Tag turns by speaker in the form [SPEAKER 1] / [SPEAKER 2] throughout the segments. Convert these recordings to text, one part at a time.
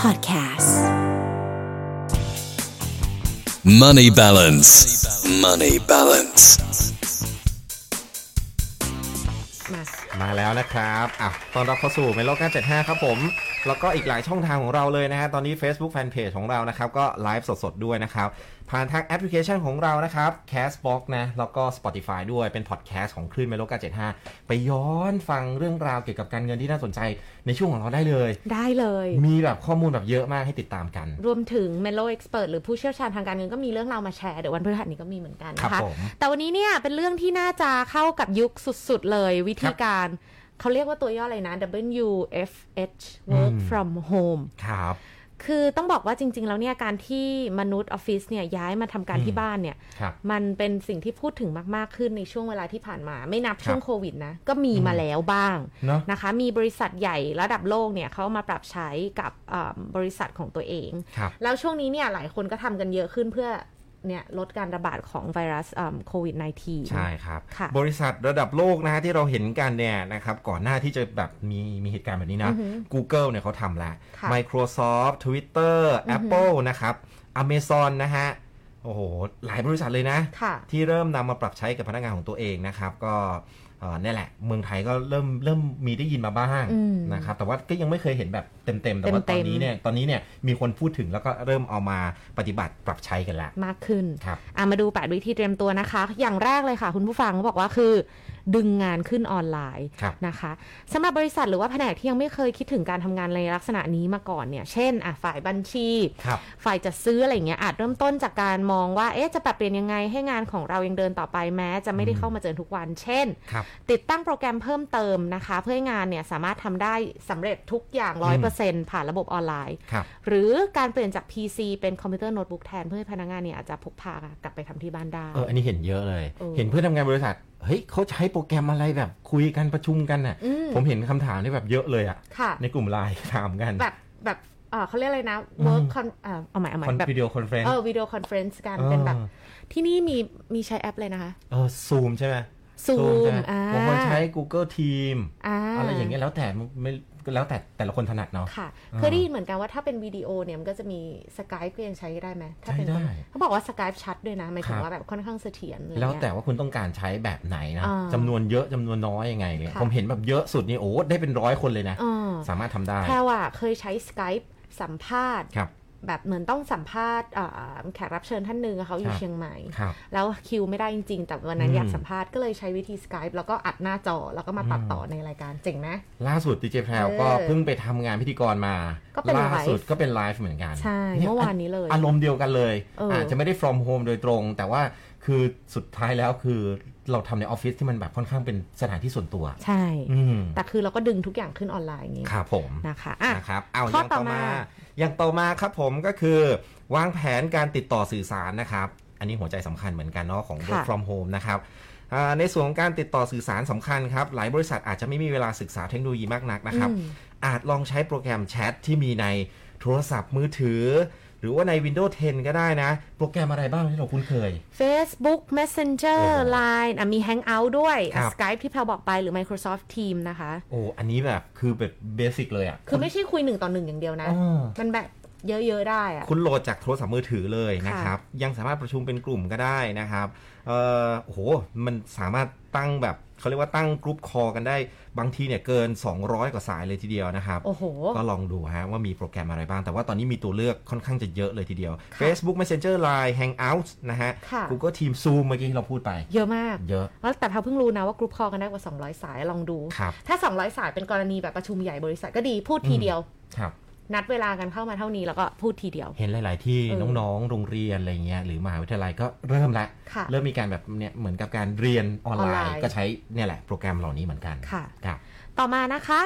[SPEAKER 1] Podcasts.
[SPEAKER 2] Money balance. Money balance.
[SPEAKER 3] มาแล้วนะครับ อ่ะ ตอนรับเข้าสู่เมโล975 ครับผม แล้วก็อีกหลายช่องทางของเราเลยนะฮะ ตอนนี้ Facebook Fanpage ของเรานะครับ ก็ไลฟ์สดๆ ด้วยนะครับ ผ่านทางแอปพลิเคชันของเรานะครับ Castbox นะ แล้วก็ Spotify ด้วย เป็นพอดแคสต์ของคลื่นเมโล975 ไปย้อนฟังเรื่องราวเกี่ยวกับการเงินที่น่าสนใจในช่วงของเราได้เลย
[SPEAKER 1] ได้เลย
[SPEAKER 3] มีแบบข้อมูลแบบเยอะมากให้ติดตามกัน
[SPEAKER 1] รวมถึง Melo Expert หรือผู้เชี่ยวชาญทางการเงินก็มีเรื่องราวมาแชร์ เดี๋ยววันพฤหัสนี้ก็มีเหมือนกัน
[SPEAKER 3] ครับ
[SPEAKER 1] นะคะ
[SPEAKER 3] ผม
[SPEAKER 1] แต่วันนี้เนี่ยเป็นเรื่องที่น่าจะเข้ากับยุคสุดๆ เลยวิธีการ เขาเรียกว่าตัวย่ออะไรนะ WFH Work
[SPEAKER 3] อืม
[SPEAKER 1] from Home
[SPEAKER 3] ครับ
[SPEAKER 1] คือต้องบอกว่าจริง ๆ แล้วเนี่ยการที่มนุษย์ออฟฟิศเนี่ยย้ายมาทำการ
[SPEAKER 3] อืม
[SPEAKER 1] ที่บ้านเนี่ย
[SPEAKER 3] ครับ
[SPEAKER 1] มันเป็นสิ่งที่พูดถึงมากๆขึ้นในช่วงเวลาที่ผ่านมา ไม่นับ
[SPEAKER 3] ครับ
[SPEAKER 1] ช่วงโควิดนะ ก็มี
[SPEAKER 3] อืม
[SPEAKER 1] มาแล้วบ้าง
[SPEAKER 3] เนาะ
[SPEAKER 1] นะคะมีบริษัทใหญ่ระดับโลกเนี่ยเขามาปรับใช้กับเอ่อบริษัทของตัวเอง
[SPEAKER 3] ครับ
[SPEAKER 1] แล้วช่วงนี้เนี่ยหลายคนก็ทำกันเยอะขึ้นเพื่อเนี่ยลดการระบาดของไวรัสโควิด -19
[SPEAKER 3] ใช่ครับ
[SPEAKER 1] ค่ะ
[SPEAKER 3] บริษัทระดับโลกนะฮะที่เราเห็นกันเนี่ยนะครับก่อนหน้าที่จะแบบมีมีเหตุการณ์แบบนี้นะ
[SPEAKER 1] อือฮึ
[SPEAKER 3] Google เนี่ยเขาทำแล้ว
[SPEAKER 1] ค่ะ
[SPEAKER 3] Microsoft Twitter Apple นะครับ Amazon นะฮะ โอ้โห หลายบริษัทเลยนะ
[SPEAKER 1] ค่ะ
[SPEAKER 3] ที่เริ่มนำมาปรับใช้กับพนักงานของตัวเองนะครับ ก็เอ่อนี่แหละ เมืองไทยก็เริ่มเริ่มมีได้ยินมาบ้าง
[SPEAKER 1] อืม
[SPEAKER 3] นะครับ แต่ว่าก็ยังไม่เคยเห็นแบบเต็มๆ แต่ว่าต
[SPEAKER 1] เต็
[SPEAKER 3] อน
[SPEAKER 1] มๆ
[SPEAKER 3] นี้เนี่ยตอนนี้เนี่ยมีคนพูดถึงแล้วก็เริ่มเอามาปฏิบัติปรับใช้กันแล้ว
[SPEAKER 1] มากขึ้น
[SPEAKER 3] ครับ
[SPEAKER 1] อ่ะมาดู 8 วิธีเตรียมตัวนะคะ อย่างแรกเลยค่ะ คุณผู้ฟังเขาบอกว่าคือ ดึงงานขึ้นออนไลน์
[SPEAKER 3] ครับ
[SPEAKER 1] นะคะสำหรับบริษัทหรือว่าแผนกที่ยังไม่เคยคิดถึงการทำงานในลักษณะนี้มาก่อนเนี่ยเช่นอ่ะฝ่ายบัญชี
[SPEAKER 3] ครับ
[SPEAKER 1] ฝ่ายจัดซื้ออะไรอย่างเงี้ยอาจเริ่มต้นจากการมองว่า เอ๊ะจะปรับเปลี่ยนยังไงให้งานของเรายังเดินต่อไปแม้ จะไม่ได้เข้ามาเจอทุกวัน เช่น
[SPEAKER 3] ครับ
[SPEAKER 1] ติดตั้งโปรแกรมเพิ่มเติมนะคะ เพื่อให้งานเนี่ยสามารถทำได้สำเร็จทุกอย่าง 100%ผ่านระบบออนไลน์
[SPEAKER 3] ครับ
[SPEAKER 1] หรือการเปลี่ยนจาก PC เป็นคอมพิวเตอร์โน้ตบุ๊กแทน เพื่อให้พนักงานเนี่ยอาจจะพกพากลับไปทำที่บ้านได้
[SPEAKER 3] เออ อันนี้เห็นเยอะเลย
[SPEAKER 1] เออ
[SPEAKER 3] เห็นเพื่อนทำงานบริษัท เฮ้ยเขาใช้โปรแกรมอะไรแบบคุยกันประชุมกันน่ะ
[SPEAKER 1] อืม
[SPEAKER 3] ผมเห็นคำถามที่แบบเยอะเลยอะ
[SPEAKER 1] ค่ะ
[SPEAKER 3] ในกลุ่มไลน์ ถามกัน
[SPEAKER 1] แบบแบบเอ่อเขาเรียกอะไรนะ work
[SPEAKER 3] อืม
[SPEAKER 1] con เอ่อเอาใหม่เอาใหม่
[SPEAKER 3] คอน
[SPEAKER 1] แบบ
[SPEAKER 3] วิดีโอคอนเฟรน
[SPEAKER 1] เอ
[SPEAKER 3] ซ์
[SPEAKER 1] อวิดีโอคอนเฟรนซ์กันเป็นแบบ ที่นี่มีมีใช้แอปเลยนะคะ
[SPEAKER 3] เออซูมใช่ไหม
[SPEAKER 1] ซู
[SPEAKER 3] ใช่
[SPEAKER 1] ม
[SPEAKER 3] ไห
[SPEAKER 1] อ่า
[SPEAKER 3] บางคนใช้ Google Team
[SPEAKER 1] อ่า
[SPEAKER 3] อะไรอย่างเงี้ยแล้วแต่ไม่แล้วแต่แต่ละคนถนัดเนาะ
[SPEAKER 1] ค่ะ
[SPEAKER 3] อ่า
[SPEAKER 1] เคยได้ยินเหมือนกันว่าถ้าเป็นวิดีโอเนี่ยมันก็จะมีสกายก็ยังใช้ได้ไหมถ้าเป็น
[SPEAKER 3] ใช้ได้
[SPEAKER 1] คนเขาบอกว่าสกายชัดด้วยนะหมายถึง
[SPEAKER 3] ครับ
[SPEAKER 1] ว่าแบบค่อนข้างเสถียรอะไรเลย
[SPEAKER 3] แล้วแต่ว่าคุณต้องการใช้แบบไหนนะ
[SPEAKER 1] อ่า
[SPEAKER 3] จำนวนเยอะจำนวนน้อยยังไงเนี่ย
[SPEAKER 1] ค่ะ
[SPEAKER 3] ผมเห็นแบบเยอะสุดนี่โอ้ได้เป็นร้อยคนเลยนะ
[SPEAKER 1] อ่า
[SPEAKER 3] สามารถทำได้
[SPEAKER 1] แพรว่าเคยใช้สกายสัมภาษณ์
[SPEAKER 3] ครับ
[SPEAKER 1] แบบเหมือนต้องสัมภาษณ์อ่าแขกรับเชิญท่านหนึ่งอะเขาอ
[SPEAKER 3] ค
[SPEAKER 1] ยู่
[SPEAKER 3] รับ
[SPEAKER 1] เชียงใหม่
[SPEAKER 3] ครับ
[SPEAKER 1] แล้วคิวไม่ได้จริงๆ แต่วันนั้น
[SPEAKER 3] อืม
[SPEAKER 1] อยากสัมภาษณ์ก็เลยใช้วิธี Skype แล้วก็อัดหน้าจอแล้วก็มาตัดต่อในรายการเจ๋งไหม
[SPEAKER 3] ล่าสุดดีเจแพรว
[SPEAKER 1] เออ
[SPEAKER 3] ก็เพิ่งไปทำงานพิธีกรมา
[SPEAKER 1] ก็เป็นไลฟ์
[SPEAKER 3] ล่าสุดก็เป็นไลฟ์เหมือนกัน
[SPEAKER 1] ใช่
[SPEAKER 3] ย
[SPEAKER 1] เมื่อวานนี้เลย
[SPEAKER 3] อารมณ์เดียวกันเลย
[SPEAKER 1] เอออ
[SPEAKER 3] อาจจะไม่ได้ from home โดยตรง แต่ว่าคือสุดท้ายแล้วคือเราทำในออฟฟิศที่มันแบบค่อนข้างเป็นสถานที่ส่วนตัว
[SPEAKER 1] ใช่
[SPEAKER 3] อืม
[SPEAKER 1] แต่คือเราก็ดึงทุกอย่างขึ้นออนไลน์อย่างนี้
[SPEAKER 3] ครับผม
[SPEAKER 1] นะคะอ่ะ
[SPEAKER 3] นะครับเอา
[SPEAKER 1] ข้
[SPEAKER 3] อ
[SPEAKER 1] อย่าง
[SPEAKER 3] ต่อ
[SPEAKER 1] ต่อมา
[SPEAKER 3] มา อย่างต่อมาครับผมก็คือ วางแผนการติดต่อสื่อสารนะครับ อันนี้หัวใจสำคัญเหมือนกันเนาะของ work from home นะครับอ่าในส่วนของการติดต่อสื่อสารสำคัญครับ หลายบริษัทอาจจะไม่มีเวลาศึกษาเทคโนโลยีมากนักนะครับ
[SPEAKER 1] อืม
[SPEAKER 3] อาจลองใช้โปรแกรมแชทที่มีในโทรศัพท์มือถือ หรือว่าใน Windows 10 ก็ได้นะ โปรแกรมอะไรบ้างที่เราคุ้นเคย
[SPEAKER 1] Facebook Messenger
[SPEAKER 3] โอ้โห
[SPEAKER 1] Line อ่ะมี Hangout ด้วย
[SPEAKER 3] ค
[SPEAKER 1] อ่ะ
[SPEAKER 3] รับ
[SPEAKER 1] Skype ที่แพลบอกไปหรือ Microsoft Team นะคะ
[SPEAKER 3] โอ้ อันนี้แบบคือแบบเบสิกเลยอ่ะ
[SPEAKER 1] คือไม่ใช่คุยหนึ่งต่อหนึ่งอย่างเดียวนะ
[SPEAKER 3] อ่า
[SPEAKER 1] มันแบบเยอะ ๆ ได้อะ
[SPEAKER 3] คุณโหลดจากโทรศัพท์มือถือเลยนะครับ ยังสามารถประชุมเป็นกลุ่มก็ได้นะครับเอ่อโอ้โห มันสามารถตั้งแบบเขาเรียกว่าตั้งกรุ๊ปคอกันได้บางทีเนี่ยเกิน 200 กว่าสายเลยทีเดียวนะครับ
[SPEAKER 1] โอ้โห
[SPEAKER 3] ก็ลองดูฮะว่ามีโปรแกรมอะไรบ้าง แต่ว่าตอนนี้มีตัวเลือกค่อนข้างจะเยอะเลยทีเดียว Facebook Messenger Line Hangout นะฮะ
[SPEAKER 1] ค่ะ
[SPEAKER 3] Google Team Zoom เมื่อกี้ที่เราพูดไป
[SPEAKER 1] เยอะมาก
[SPEAKER 3] เยอะ
[SPEAKER 1] แล้วแต่แพลเพิ่งรู้นะว่ากรุ๊ปคอลกันได้กว่า 200 สายลองดู
[SPEAKER 3] ครับ
[SPEAKER 1] ถ้า 200 สายเป็นกรณีแบบประชุมใหญ่บริษัทก็ดีพูดที
[SPEAKER 3] อืม
[SPEAKER 1] เดียว
[SPEAKER 3] ครับ
[SPEAKER 1] นัดเวลากันเข้ามาเท่านี้แล้วก็พูดทีเดียว
[SPEAKER 3] เห็นหลาย ๆ ที่
[SPEAKER 1] เออ
[SPEAKER 3] น้อง ๆ โรงเรียนอะไรเงี้ยหรือมหาวิทยาลัยก็เริ่มละ
[SPEAKER 1] ค่ะ
[SPEAKER 3] เริ่มมีการแบบเนี่ยเหมือนกับการเรียนออนไล
[SPEAKER 1] ออน
[SPEAKER 3] น์
[SPEAKER 1] ไลน์
[SPEAKER 3] ก็ใช้เนี่ยแหละโปรแกรมเหล่านี้เหมือนกัน
[SPEAKER 1] ค่ะ
[SPEAKER 3] ครับ
[SPEAKER 1] ต่อมานะคะ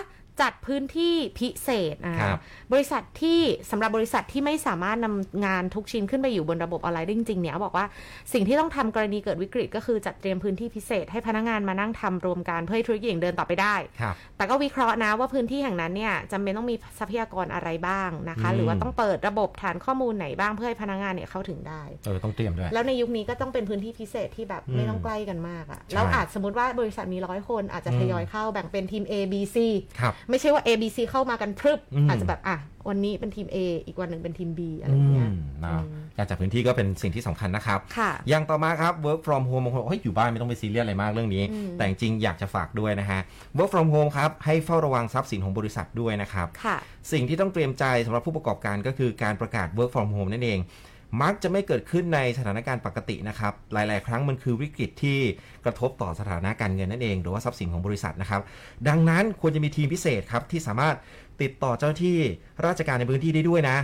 [SPEAKER 1] จัดพื้นที่พิเศษอ่า
[SPEAKER 3] ครับ
[SPEAKER 1] บริษัทที่สำหรับบริษัทที่ไม่สามารถนำงานทุกชิ้นขึ้นไปอยู่บนระบบออนไลน์ได้จริงๆเนี่ยบอกว่าสิ่งที่ต้องทำกรณีเกิดวิกฤต ก็คือจัดเตรียมพื้นที่พิเศษให้พนักงานมานั่งทำรวมกันเพื่อให้ธุรกิจอย่างเดินต่อไปได้
[SPEAKER 3] ครับ
[SPEAKER 1] แต่ก็วิเคราะห์นะว่าพื้นที่แห่งนั้นเนี่ยจำเป็นต้องมีทรัพยากรอะไรบ้างนะคะ
[SPEAKER 3] อืม
[SPEAKER 1] หรือว่าต้องเปิดระบบฐานข้อมูลไหนบ้างเพื่อให้พนักงานเนี่ยเข้าถึงได้
[SPEAKER 3] เออต้องเตรียมด้วย
[SPEAKER 1] แล้วในยุคนี้ก็ต้องเป็นพื้นที่พิเศษที่แบบไม่ต้องใกล้กันมากอะแล้วอาจสมมติว่าบริษัทมีร้อยคนอาจจะทยอยเข้าแบ่งเป็นทีม A B C
[SPEAKER 3] ครับ
[SPEAKER 1] ไม่ใช่ว่า A B C เข้ามากันพรึบ
[SPEAKER 3] อืม
[SPEAKER 1] อาจจะแบบอ่ะวันนี้เป็นทีม A อีกวันหนึ่งเป็นทีม B อะไร
[SPEAKER 3] อื
[SPEAKER 1] อย่างเงี้
[SPEAKER 3] ม
[SPEAKER 1] ย
[SPEAKER 3] นะการจัดพื้นที่ก็เป็นสิ่งที่สำคัญนะครับ
[SPEAKER 1] ค่ะ
[SPEAKER 3] อย่างต่อมาครับ work from home บางคนบอกเฮ้ยอยู่บ้านไม่ต้องไปซีเรียสอะไรมากเรื่องนี้
[SPEAKER 1] อืม
[SPEAKER 3] แต่จริงๆอยากจะฝากด้วยนะฮะ work from home ครับ ให้เฝ้าระวังทรัพย์สินของบริษัทด้วยนะครับ
[SPEAKER 1] ค่ะ
[SPEAKER 3] สิ่งที่ต้องเตรียมใจสำหรับผู้ประกอบการก็คือการประกาศ work from home นั่นเอง มักจะไม่เกิดขึ้นในสถานการณ์ปกตินะครับ หลาย ๆ ครั้งมันคือวิกฤตที่กระทบต่อสถานะการเงินนั่นเอง หรือว่าทรัพย์สินของบริษัทนะครับ ดังนั้นควรจะมีทีมพิเศษครับ ที่สามารถติดต่อเจ้าหน้าที่ราชการในพื้นที่ได้ด้วยนะ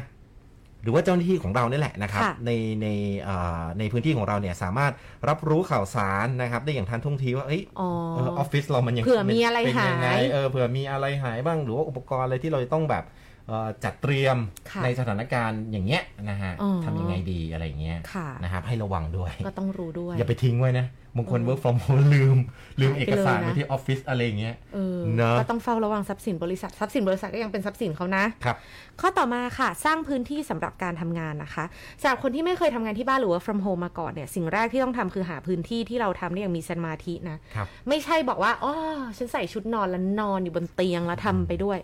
[SPEAKER 3] หรือว่าเจ้าหน้าที่ของเราเนี่ยแหละนะครับ
[SPEAKER 1] ค่ะ
[SPEAKER 3] ในในเอ่อในพื้นที่ของเราเนี่ยสามารถรับรู้ข่าวสารนะครับ ได้อย่างทันท่วงทีว่าเอ้ย
[SPEAKER 1] อ๋อ
[SPEAKER 3] เออออฟฟิศเรามันยัง
[SPEAKER 1] เผื่อมีอะไร
[SPEAKER 3] เป็นงไง
[SPEAKER 1] หาย
[SPEAKER 3] เออเผื่อมีอะไรหายบ้างหรือว่าอุปกรณ์อะไรที่เราจะต้องแบบเอ่อจัดเตรียม
[SPEAKER 1] ค่ะ
[SPEAKER 3] ในสถานการณ์อย่างเงี้ยนะฮะ
[SPEAKER 1] อ๋อ
[SPEAKER 3] ทำยังไงดีอะไรอย่างเงี้ย
[SPEAKER 1] ค่ะ
[SPEAKER 3] นะครับให้ระวังด้วย
[SPEAKER 1] ก็ต้องรู้ด้วย
[SPEAKER 3] อย่าไปทิ้งไว้นะบางคน
[SPEAKER 1] เออ
[SPEAKER 3] work from home ลืม ลืมเอกสาร
[SPEAKER 1] หายไปเลยนะ
[SPEAKER 3] ไว้ที่ออฟฟิศอะไรอย่างเงี้ย
[SPEAKER 1] เออ
[SPEAKER 3] เนอะ
[SPEAKER 1] ก็ต้องเฝ้าระวังทรัพย์สินบริษัททรัพย์สินบริษัทก็ยังเป็นทรัพย์สินเขานะ
[SPEAKER 3] ครับ
[SPEAKER 1] ข้อต่อมาค่ะ สร้างพื้นที่สำหรับการทำงานนะคะสำหรับคนที่ไม่เคยทำงานที่บ้านหรือว่า from home มาก่อนเนี่ยสิ่งแรกที่ต้องทำคือหาพื้นที่ที่เราทำได้อย่างมีสมาธินะ
[SPEAKER 3] ครับ
[SPEAKER 1] ไม่ใช่บอกว่าอ๋อฉันใส่ชุดนอนแล้วนอนอยู่บนเตียงแล้วทำไปด้วย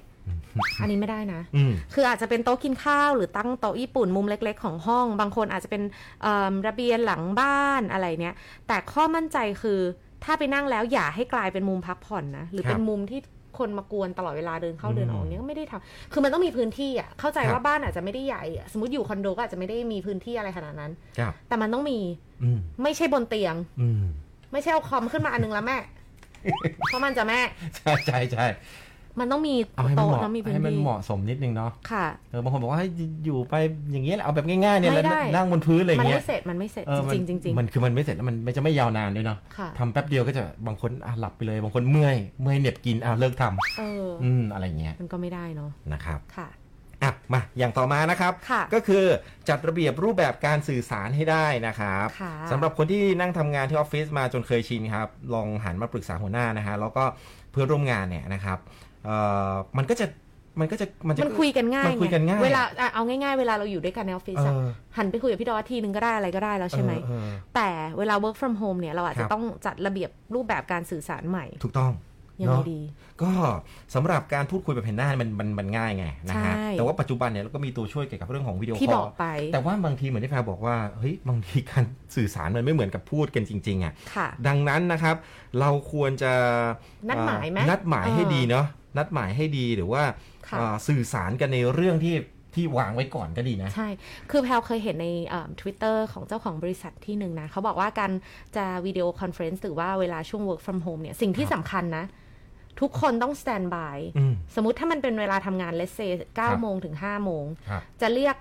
[SPEAKER 1] อันนี้ไม่ได้นะ
[SPEAKER 3] อืม
[SPEAKER 1] คืออาจจะเป็นโต๊ะกินข้าวหรือตั้งโต๊ะญี่ปุ่นมุมเล็ก ๆ ของห้อง บางคนอาจจะเป็นเอิ่มระเบียงหลังบ้านอะไรเนี้ยแต่ข้อมั่นใจคือถ้าไปนั่งแล้วอย่าให้กลายเป็นมุมพักผ่อนนะ หรือเป็น
[SPEAKER 3] ครับ
[SPEAKER 1] มุมที่คนมากวนตลอดเวลาเดินเข้าเดินออก
[SPEAKER 3] อืม
[SPEAKER 1] เนี้ยก็ไม่ได้ทำคือมันต้องมีพื้นที่อ่ะเข้าใจ
[SPEAKER 3] ครับ
[SPEAKER 1] ว่าบ้านอาจจะไม่ได้ใหญ่อะสมมติอยู่คอนโดก็อาจจะไม่ได้มีพื้นที่อะไรขนาดนั้น
[SPEAKER 3] ครับ
[SPEAKER 1] แต่มันต้องมี
[SPEAKER 3] อืม
[SPEAKER 1] ไม่ใช่บนเตียง
[SPEAKER 3] อืม
[SPEAKER 1] ไม่ใช่เอาคอมขึ้นมาอันนึงแล้วแม่ เพราะมันจะแม่
[SPEAKER 3] ใช่ใช่ใช่
[SPEAKER 1] มันต้องมี
[SPEAKER 3] เอาให้มัน
[SPEAKER 1] โต๊ะ
[SPEAKER 3] เหมาะ
[SPEAKER 1] ต้องมีพื้น
[SPEAKER 3] ให้มัน
[SPEAKER 1] ที่
[SPEAKER 3] เหมาะสมนิดนึงเนาะ
[SPEAKER 1] ค่ะ
[SPEAKER 3] เออบางคนบอกว่าให้อยู่ไปอย่างเงี้ยแหละเอาแบบง่ายๆเนี่ย
[SPEAKER 1] ไม่
[SPEAKER 3] แล้ว
[SPEAKER 1] ได้
[SPEAKER 3] นั่งบนพื้นอะไรอ
[SPEAKER 1] มั
[SPEAKER 3] ย่าน งเงี้
[SPEAKER 1] ไม่
[SPEAKER 3] ย
[SPEAKER 1] เสร็จมันไม่เสร็จ
[SPEAKER 3] เออมัน
[SPEAKER 1] จริงๆจริงๆ
[SPEAKER 3] มันคือมันไม่เสร็จแล้วมันมันจะไม่ยาวนานด้วยเนาะ
[SPEAKER 1] ค่ะ
[SPEAKER 3] ทำแป๊บเดียวก็จะบางคนอ่ะหลับไปเลย บางคนเมื่อยเมื่อยเหน็บกินอ่ะเลิกทำ
[SPEAKER 1] เอออ
[SPEAKER 3] อืมอะไรเงี้ย
[SPEAKER 1] มันก็ไม่ได้เนาะ
[SPEAKER 3] นะครับ
[SPEAKER 1] ค่ะ
[SPEAKER 3] อ่ะมาอย่างต่อมานะครับ
[SPEAKER 1] ค่ะ
[SPEAKER 3] ก็คือจัดระเบียบรูปแบบการสื่อสารให้ได้นะครับ
[SPEAKER 1] ค่ะ
[SPEAKER 3] สำหรับคนที่นั่งทำงานที่ออฟฟิศมาจนเคยชินครับ ลองหันมาปรึกษาหัวหน้านะฮะแล้วก็เพื่อนร่วมงานเนี่ยนะครับเอ่อมันก็จะมันก็จะมันจะ
[SPEAKER 1] มันคุยกันง่าย
[SPEAKER 3] มันคุยกันง่าย
[SPEAKER 1] เวลาอ่ะเอาง่ายๆ เวลาเราอยู่ด้วยกันในออฟฟิศอะ
[SPEAKER 3] เออ
[SPEAKER 1] หันไปคุยกับพี่ดอททีนึงก็ได้อะไรก็ได้แล้วใช่ไหม
[SPEAKER 3] เออเออ
[SPEAKER 1] แต่เวลา work from home เนี่ย เราอาจ
[SPEAKER 3] ค
[SPEAKER 1] จะ
[SPEAKER 3] รับ
[SPEAKER 1] ต้องจัดระเบียบรูปแบบการสื่อสารใหม่
[SPEAKER 3] ถูกต้อง
[SPEAKER 1] ยังไง
[SPEAKER 3] เนาะ
[SPEAKER 1] ดี
[SPEAKER 3] ก็สำหรับการพูดคุยแบบเห็นหน้ามันมันมันง่ายไงนะฮะ
[SPEAKER 1] ใช่
[SPEAKER 3] แต่ว่าปัจจุบันเนี่ยเราก็มีตัวช่วยเกี่ยวกับเรื่องของวิดีโอ
[SPEAKER 1] ที่
[SPEAKER 3] ค
[SPEAKER 1] บ
[SPEAKER 3] อล
[SPEAKER 1] อกไป
[SPEAKER 3] แต่ว่าบางทีเหมือนที่แพรบอกว่าเฮ้ยบางทีการสื่อสารมันไม่เหมือนกับพูดกันจริงๆอ่ะ
[SPEAKER 1] ค่ะ
[SPEAKER 3] ดังนั้นนะครับ เราควรจะ
[SPEAKER 1] นัดหมายไหม
[SPEAKER 3] เอ่อนัดหมายให้
[SPEAKER 1] เออ
[SPEAKER 3] ดีเนาะนัดหมายให้ดีหรือว่า
[SPEAKER 1] ค่ะ
[SPEAKER 3] เอ่อสื่อสารกันในเรื่องที่ที่วางไว้ก่อนก็ดีนะ
[SPEAKER 1] ใช่ คือแพลเคยเห็นในทวิตเตอร์ของเจ้าของบริษัทที่หนึ่งนะ เขาบอกว่าการจะวิดีโอคอนเฟรนซ์หรือว่าเวลาช่วง work from home เนี่ย สิ่งที่สำคัญนะ ทุกคนต้อง stand by
[SPEAKER 3] อืม
[SPEAKER 1] สมมติถ้ามันเป็นเวลาทำงาน let's say
[SPEAKER 3] ครับ
[SPEAKER 1] 9โมงถึง5โมง
[SPEAKER 3] ครับ
[SPEAKER 1] จะเรียก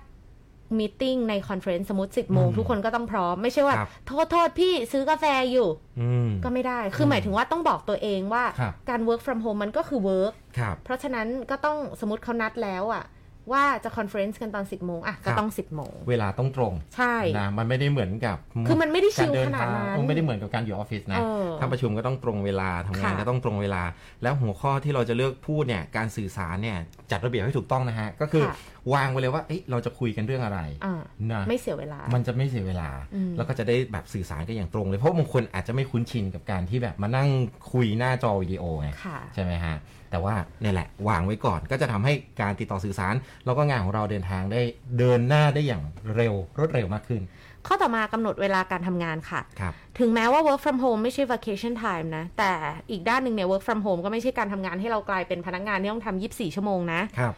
[SPEAKER 1] มีติ้งในคอนเฟรนซ์สมมติ 10 โมง
[SPEAKER 3] อืม
[SPEAKER 1] ทุกคนก็ต้องพร้อม ไม่ใช่ว่า
[SPEAKER 3] ครับ
[SPEAKER 1] โทษ โทษ พี่ซื้อกาแฟอยู่
[SPEAKER 3] อืม
[SPEAKER 1] ก็ไม่ได้ คือ
[SPEAKER 3] ม
[SPEAKER 1] หมายถึงว่าต้องบอกตัวเองว่า
[SPEAKER 3] ครับ
[SPEAKER 1] การ work from home มันก็คือ work
[SPEAKER 3] ครับ
[SPEAKER 1] เพราะฉะนั้นก็ต้องสมมติเขานัดแล้วอะว่าจะคอนเฟรนซ์กันตอน 10 โมงอะก็
[SPEAKER 3] ครับ
[SPEAKER 1] ต้อง 10 โมง
[SPEAKER 3] เวลาต้องตรง
[SPEAKER 1] ใช่
[SPEAKER 3] นะมันไม่ได้เหมือนกับ
[SPEAKER 1] คือมันไม่ได้ชิล
[SPEAKER 3] กรเ
[SPEAKER 1] ขนาด
[SPEAKER 3] ทง
[SPEAKER 1] นั้น
[SPEAKER 3] เออไม่ได้เหมือนกับการอยู่ออฟฟิศนะ
[SPEAKER 1] เออ
[SPEAKER 3] ถ้าประชุมก็ต้องตรงเวลาทำงาน
[SPEAKER 1] ค่ะ
[SPEAKER 3] ก็ต้องตรงเวลา แล้วหัวข้อที่เราจะเลือกพูดเนี่ยการสื่อสารเนี่ยจัดระเบียบให้ถูกต้องนะฮะก็คือ
[SPEAKER 1] ค่ะ
[SPEAKER 3] วางไว้เลยว่าเอ๊ะเราจะคุยกันเรื่องอะไร
[SPEAKER 1] อ่า
[SPEAKER 3] นะ
[SPEAKER 1] ไม่เสียเวลา
[SPEAKER 3] มันจะไม่เสียเวลา
[SPEAKER 1] อืม
[SPEAKER 3] แล้วก็จะได้แบบสื่อสารกันอย่างตรงเลย เพราะบางคนอาจจะไม่คุ้นชินกับการที่แบบมานั่งคุยหน้าจอวิดีโอไง
[SPEAKER 1] ค่ะ
[SPEAKER 3] ใช่ไหมฮะ แต่ว่าเนี่ยแหละ วางไว้ก่อนก็จะทำให้การติดต่อสื่อสาร แล้วก็งานของเราเดินทางได้เดินหน้าได้อย่างเร็วรวดเร็วมากขึ้น
[SPEAKER 1] ข้อต่อมากำหนดเวลาการทำงานค่ะ
[SPEAKER 3] ครับ
[SPEAKER 1] ถึงแม้ว่า work from home ไม่ใช่ vacation time นะ แต่อีกด้านหนึ่งเนี่ย work from home ก็ไม่ใช่การทำงานให้เรากลายเป็นพนักงานที่ต้องทำ 24 ชั่วโมงนะ
[SPEAKER 3] ครับ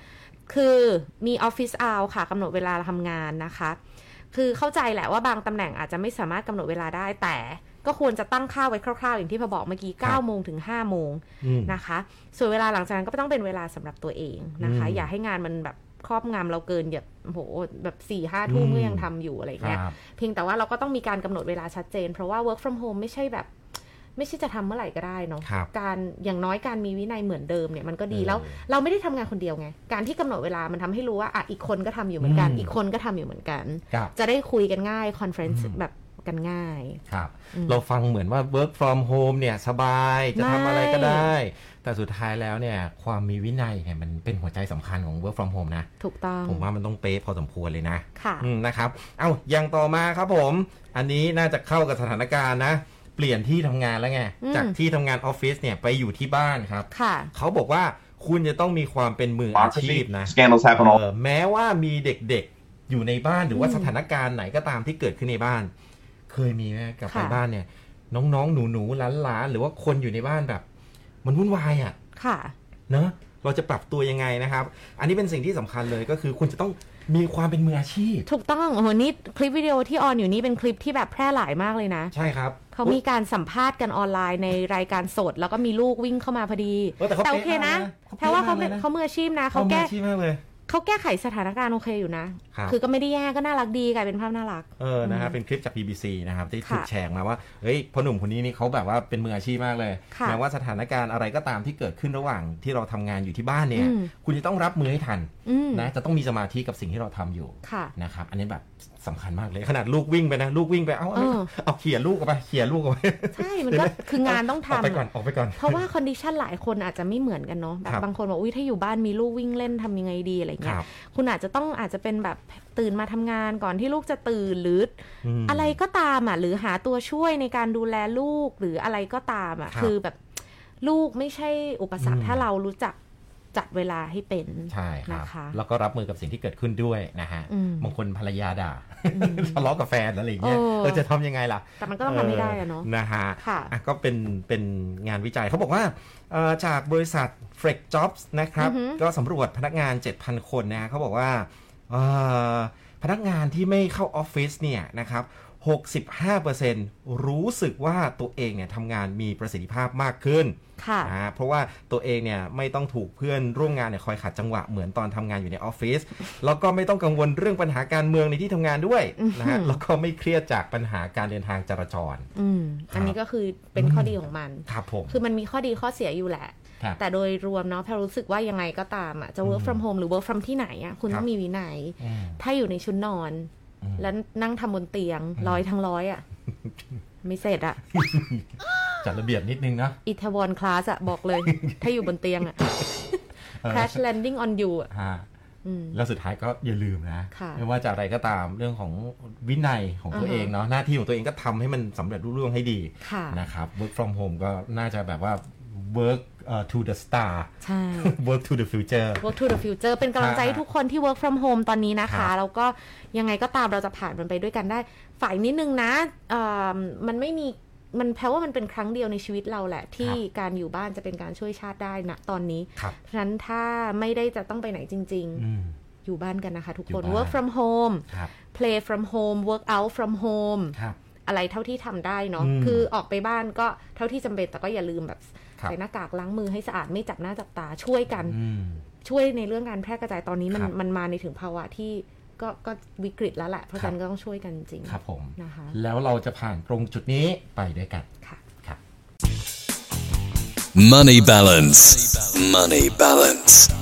[SPEAKER 1] คือมี office hour ค่ะกำหนดเวลาทำงานนะคะ คือเข้าใจแหละว่าบางตำแหน่งอาจจะไม่สามารถกำหนดเวลาได้ แต่ก็ควรจะตั้งค่าไว้คร่าวๆ อย่างที่พอบอกเมื่อกี้
[SPEAKER 3] ครับ
[SPEAKER 1] 9 โมงถึง 5 โมง
[SPEAKER 3] อืม
[SPEAKER 1] นะคะ ส่วนเวลาหลังจากนั้นก็ต้องเป็นเวลาสำหรับตัวเองนะคะ
[SPEAKER 3] อืม
[SPEAKER 1] อย่าให้งานมันแบบครอบงำเราเกินแบบโอ้โหแบบ4ี่ห้าทุ่ม
[SPEAKER 3] อืม
[SPEAKER 1] ก็ยังทำอยู่อะไรเงี้ย
[SPEAKER 3] ครับ
[SPEAKER 1] เพียงแต่ว่าเราก็ต้องมีการกำหนดเวลาชัดเจน เพราะว่า work from home ไม่ใช่แบบ ไม่ใช่จะทำเมื่อไหร่ก็ได้เนาะ
[SPEAKER 3] ครับ
[SPEAKER 1] การอย่างน้อยการมีวินัยเหมือนเดิมเนี่ยมันก็ดี
[SPEAKER 3] เออ
[SPEAKER 1] แล้ว เราไม่ได้ทำงานคนเดียวไง การที่กำหนดเวลามันทำให้รู้ว่าอ่ะอีกคนก็ทำอยู่เหมือนกัน
[SPEAKER 3] อืม
[SPEAKER 1] อีกคนก็ทำอยู่เหมือนกัน
[SPEAKER 3] ครับ
[SPEAKER 1] จะได้คุยกันง่ายคอนเฟรนซ์
[SPEAKER 3] อืม
[SPEAKER 1] แบบกันง่าย
[SPEAKER 3] ครับ
[SPEAKER 1] อืม
[SPEAKER 3] เราฟังเหมือนว่า work from home เนี่ยสบายจะทำอะไรก็
[SPEAKER 1] ไม่
[SPEAKER 3] ได้ แต่สุดท้ายแล้วเนี่ยความมีวินัยเนี่ยมันเป็นหัวใจสำคัญของ work from home นะ
[SPEAKER 1] ถูกต้อง
[SPEAKER 3] ผมว่ามันต้องเป๊ะพอสมควรเลยนะ
[SPEAKER 1] ค่ะ
[SPEAKER 3] อืมนะครับ เอาอย่างต่อมาครับผม อันนี้น่าจะเข้ากับสถานการณ์นะ เปลี่ยนที่ทำงานแล้วไง
[SPEAKER 1] อืม
[SPEAKER 3] จากที่ทำงานออฟฟิศเนี่ยไปอยู่ที่บ้านครับ
[SPEAKER 1] ค่ะ
[SPEAKER 3] เขาบอกว่า คุณจะต้องมีความเป็นมืออาชีพ
[SPEAKER 4] democracy.
[SPEAKER 3] นะ
[SPEAKER 4] Scandals happen all
[SPEAKER 3] เอ่อแม้ว่ามีเด็กๆ อยู่ในบ้านหรือว่าสถานการณ์ไหนก็ตามที่เกิดขึ้นในบ้าน เคยมีไหมกลับไป
[SPEAKER 1] ค่ะ
[SPEAKER 3] บ้านเนี่ย น้องๆ หนูๆหลานๆ หรือว่าคนอยู่ในบ้านแบบ มันวุ่นวายอ่ะ
[SPEAKER 1] ค่ะ
[SPEAKER 3] เนอะเราจะปรับตัวยังไงนะครับ อันนี้เป็นสิ่งที่สำคัญเลยก็คือคุณจะต้องมีความเป็นมืออาชีพ
[SPEAKER 1] ถูกต้องโอ้โหนี่คลิปวิดีโอที่ออนอยู่นี่เป็นคลิปที่แบบแพร่หลายมากเลยนะ
[SPEAKER 3] ใช่ครับ
[SPEAKER 1] เขามีการสัมภาษณ์กันออนไลน์ในรายการสด แล้วก็มีลูกวิ่งเข้ามาพอดี
[SPEAKER 3] เออแต่เขา
[SPEAKER 1] โอเคนะ
[SPEAKER 3] เป๊ะมากนะ
[SPEAKER 1] แปลว่าเขา
[SPEAKER 3] เขาเป๊ะมากเลยนะ
[SPEAKER 1] เขามืออาชีพนะ
[SPEAKER 3] เขา
[SPEAKER 1] เขา
[SPEAKER 3] แก้
[SPEAKER 1] แก้
[SPEAKER 3] อาชีพมากเลย
[SPEAKER 1] เขาแก้ไขสถานการณ์โอเคอยู่นะครับ อก็ไม่ได้แย่ก็น่ารักดีกลายเป็นภาพน่ารัก
[SPEAKER 3] เออนะฮะเป็นคลิปจาก BBC นะครับที่
[SPEAKER 1] ค่ะ
[SPEAKER 3] ถูกแชร์มาว่าเฮ้ยพ่อหนุ่มคนนี้นี่เขาแบบว่าเป็นมืออาชีพมากเลย
[SPEAKER 1] ค่ะ
[SPEAKER 3] แม้ว่าสถานการณ์อะไรก็ตามที่เกิดขึ้นระหว่างที่เราทำงานอยู่ที่บ้านเนี่ย
[SPEAKER 1] อืม
[SPEAKER 3] คุณจะต้องรับมือให้ทัน
[SPEAKER 1] อืม
[SPEAKER 3] นะจะต้องมีสมาธิกับสิ่งที่เราทำอยู่
[SPEAKER 1] ค่ะ
[SPEAKER 3] นะครับอันนี้แบบสำคัญมากเลยขนาดลูกวิ่งไปนะ ลูกวิ่งไปเอา
[SPEAKER 1] เออ
[SPEAKER 3] เอาเขี่ยลูกออกไปเขี่ยลูกออกไป
[SPEAKER 1] ใช่มันก็คืองานต้อง
[SPEAKER 3] ออกไป
[SPEAKER 1] ทำ
[SPEAKER 3] ก่อนออกไปก่อน
[SPEAKER 1] เพราะว่าคอนดิชันหลายคนอาจจะไม่เหมือนกันเนาะแบบ
[SPEAKER 3] ครับ
[SPEAKER 1] บางคนบอกอุ้ยถ้าอยู่บ้านมีลูกวิ่งเล่นทำยังไงดีอะไร
[SPEAKER 3] ค
[SPEAKER 1] เงี้ย
[SPEAKER 3] รับ
[SPEAKER 1] คุณอาจจะต้องอาจจะเป็นแบบตื่นมาทำงานก่อนที่ลูกจะตื่นหรือ
[SPEAKER 3] ม
[SPEAKER 1] อะไรก็ตามอ่ะหรือหาตัวช่วยในการดูแลลูกหรืออะไรก็ตามอ่ะ
[SPEAKER 3] ครับ
[SPEAKER 1] คือแบบลูกไม่ใช่อุปสรร
[SPEAKER 3] อื
[SPEAKER 1] ค
[SPEAKER 3] ม
[SPEAKER 1] ถ้าเรารู้จักจัดเวลาให้เป็น
[SPEAKER 3] ใช่ครับ
[SPEAKER 1] นะคะ
[SPEAKER 3] แล้วก็รับมือกับสิ่งที่เกิดขึ้นด้วยนะฮะ
[SPEAKER 1] อืม
[SPEAKER 3] บางคนภรรยาด่าทะเลาะกับแฟนอะไรอย่างเงี้ย
[SPEAKER 1] เออ
[SPEAKER 3] เออจะทำยังไงล่ะ
[SPEAKER 1] แต่มันก็ต้องทำไม่ได้อะเนาะ
[SPEAKER 3] ออนะฮะ
[SPEAKER 1] ค่ะ
[SPEAKER 3] อ่ก็เป็นเป็นงานวิจัยเขาบอกว่าเอ่อจากบริษัท f r e c Jobs นะครับ ก็สำรวจพนักงาน 7,000 คนนะฮะเขาบอกว่าเอ่อพนักงานที่ไม่เข้าออฟฟิศเนี่ยนะครับ 65%รู้สึกว่าตัวเองเนี่ยทำงานมีประสิทธิภาพมากขึ้น
[SPEAKER 1] ค่ะ
[SPEAKER 3] อ่าเพราะว่าตัวเองเนี่ยไม่ต้องถูกเพื่อนร่วมงานเนี่ยคอยขัดจังหวะเหมือนตอนทำงานอยู่ในออฟฟิศแล้วก็ไม่ต้องกังวลเรื่องปัญหาการเมืองในที่ทำงานด้วยนะฮะแล้วก็ไม่เครียดจากปัญหาการเดินทางจราจร
[SPEAKER 1] อืมอันนี้ก็คือเป็นข้อดีของมัน
[SPEAKER 3] ครับผม
[SPEAKER 1] คือมันมีข้อดีข้อเสียอยู่แหละ
[SPEAKER 3] ครับ
[SPEAKER 1] แต่โดยรวมเนาะแพรรู้สึกว่ายังไงก็ตามอ่ะจะ
[SPEAKER 3] อื
[SPEAKER 1] work
[SPEAKER 3] ม
[SPEAKER 1] from home หรือ work from ที่ไหนอ่ะคุ
[SPEAKER 3] ค
[SPEAKER 1] ณ
[SPEAKER 3] รับ
[SPEAKER 1] ต้องมีวินัย
[SPEAKER 3] อืม
[SPEAKER 1] ถ้าอยู่ในชุดนอน
[SPEAKER 3] อืม
[SPEAKER 1] แล้วนั่งทำบนเตียงร้อยทั้งร้อยอ่ะ ไม่เสร็จอ่ะ
[SPEAKER 3] จัดระเบียบนิดนึงนะ
[SPEAKER 1] อิทวอนคลาสอะบอกเลย ถ้าอยู่บนเตียงอะ
[SPEAKER 3] เออ
[SPEAKER 1] crash landing on you อะ
[SPEAKER 3] ฮะ
[SPEAKER 1] อืม
[SPEAKER 3] แล้วสุดท้ายก็อย่าลืมนะ
[SPEAKER 1] ค่ะ
[SPEAKER 3] ไม่ว่าจะอะไรก็ตามเรื่องของวินัยของตัว
[SPEAKER 1] อ่าฮะ
[SPEAKER 3] เองเนาะหน้าที่ของตัวเองก็ทำให้มันสำเร็จรุ่ร่วงให้ดี
[SPEAKER 1] ค่ะ
[SPEAKER 3] นะครับ work from home ก็น่าจะแบบว่า work เอ่อ to the star
[SPEAKER 1] ใช่
[SPEAKER 3] work to the future
[SPEAKER 1] work to the future เป็นกำลังใจให้ทุกคนที่ work from home ตอนนี้นะ
[SPEAKER 3] ครั
[SPEAKER 1] คะ
[SPEAKER 3] บ
[SPEAKER 1] แล้วก็ยังไงก็ตามเราจะผ่านมันไปด้วยกันได้ ฝ่ายนิดนึงนะเอ่อมันไม่มีมันแปลว่ามันเป็นครั้งเดียวในชีวิตเราแหละ ที่การอยู่บ้านจะเป็นการช่วยชาติได้นะตอนนี้
[SPEAKER 3] ครับ
[SPEAKER 1] เพราะฉะนั้นถ้าไม่ได้จะต้องไปไหนจริง
[SPEAKER 3] อืม
[SPEAKER 1] ๆ อยู่บ้านกันนะคะทุกคน
[SPEAKER 3] อยู่บ้าน
[SPEAKER 1] work from home
[SPEAKER 3] ครับ
[SPEAKER 1] play from home work out from home
[SPEAKER 3] ครับ
[SPEAKER 1] อะไรเท่าที่ทำได้เนาะ
[SPEAKER 3] อืม
[SPEAKER 1] คือออกไปบ้านก็เท่าที่จำเป็นแต่ก็อย่าลืมแบบ
[SPEAKER 3] ครับ
[SPEAKER 1] ใส่หน้ากากล้างมือให้สะอาดไม่จับหน้าจับตาช่วยกัน
[SPEAKER 3] อืม
[SPEAKER 1] ช่วยในเรื่องการแพร่กระจายตอนนี้มัน
[SPEAKER 3] ครับ
[SPEAKER 1] มันมาในถึงภาวะที่ก็ก็วิกฤตแล้วแหละ เพราะ
[SPEAKER 3] ครับ
[SPEAKER 1] ฉะนั้นก็ต้องช่วยกันจริงๆ
[SPEAKER 3] ครับผม
[SPEAKER 1] นะคะ
[SPEAKER 3] แล้วเราจะผ่านตรงจุดนี้ไปด้วยกัน
[SPEAKER 1] ค่ะ
[SPEAKER 3] ครับ
[SPEAKER 2] Money balance. Money balance.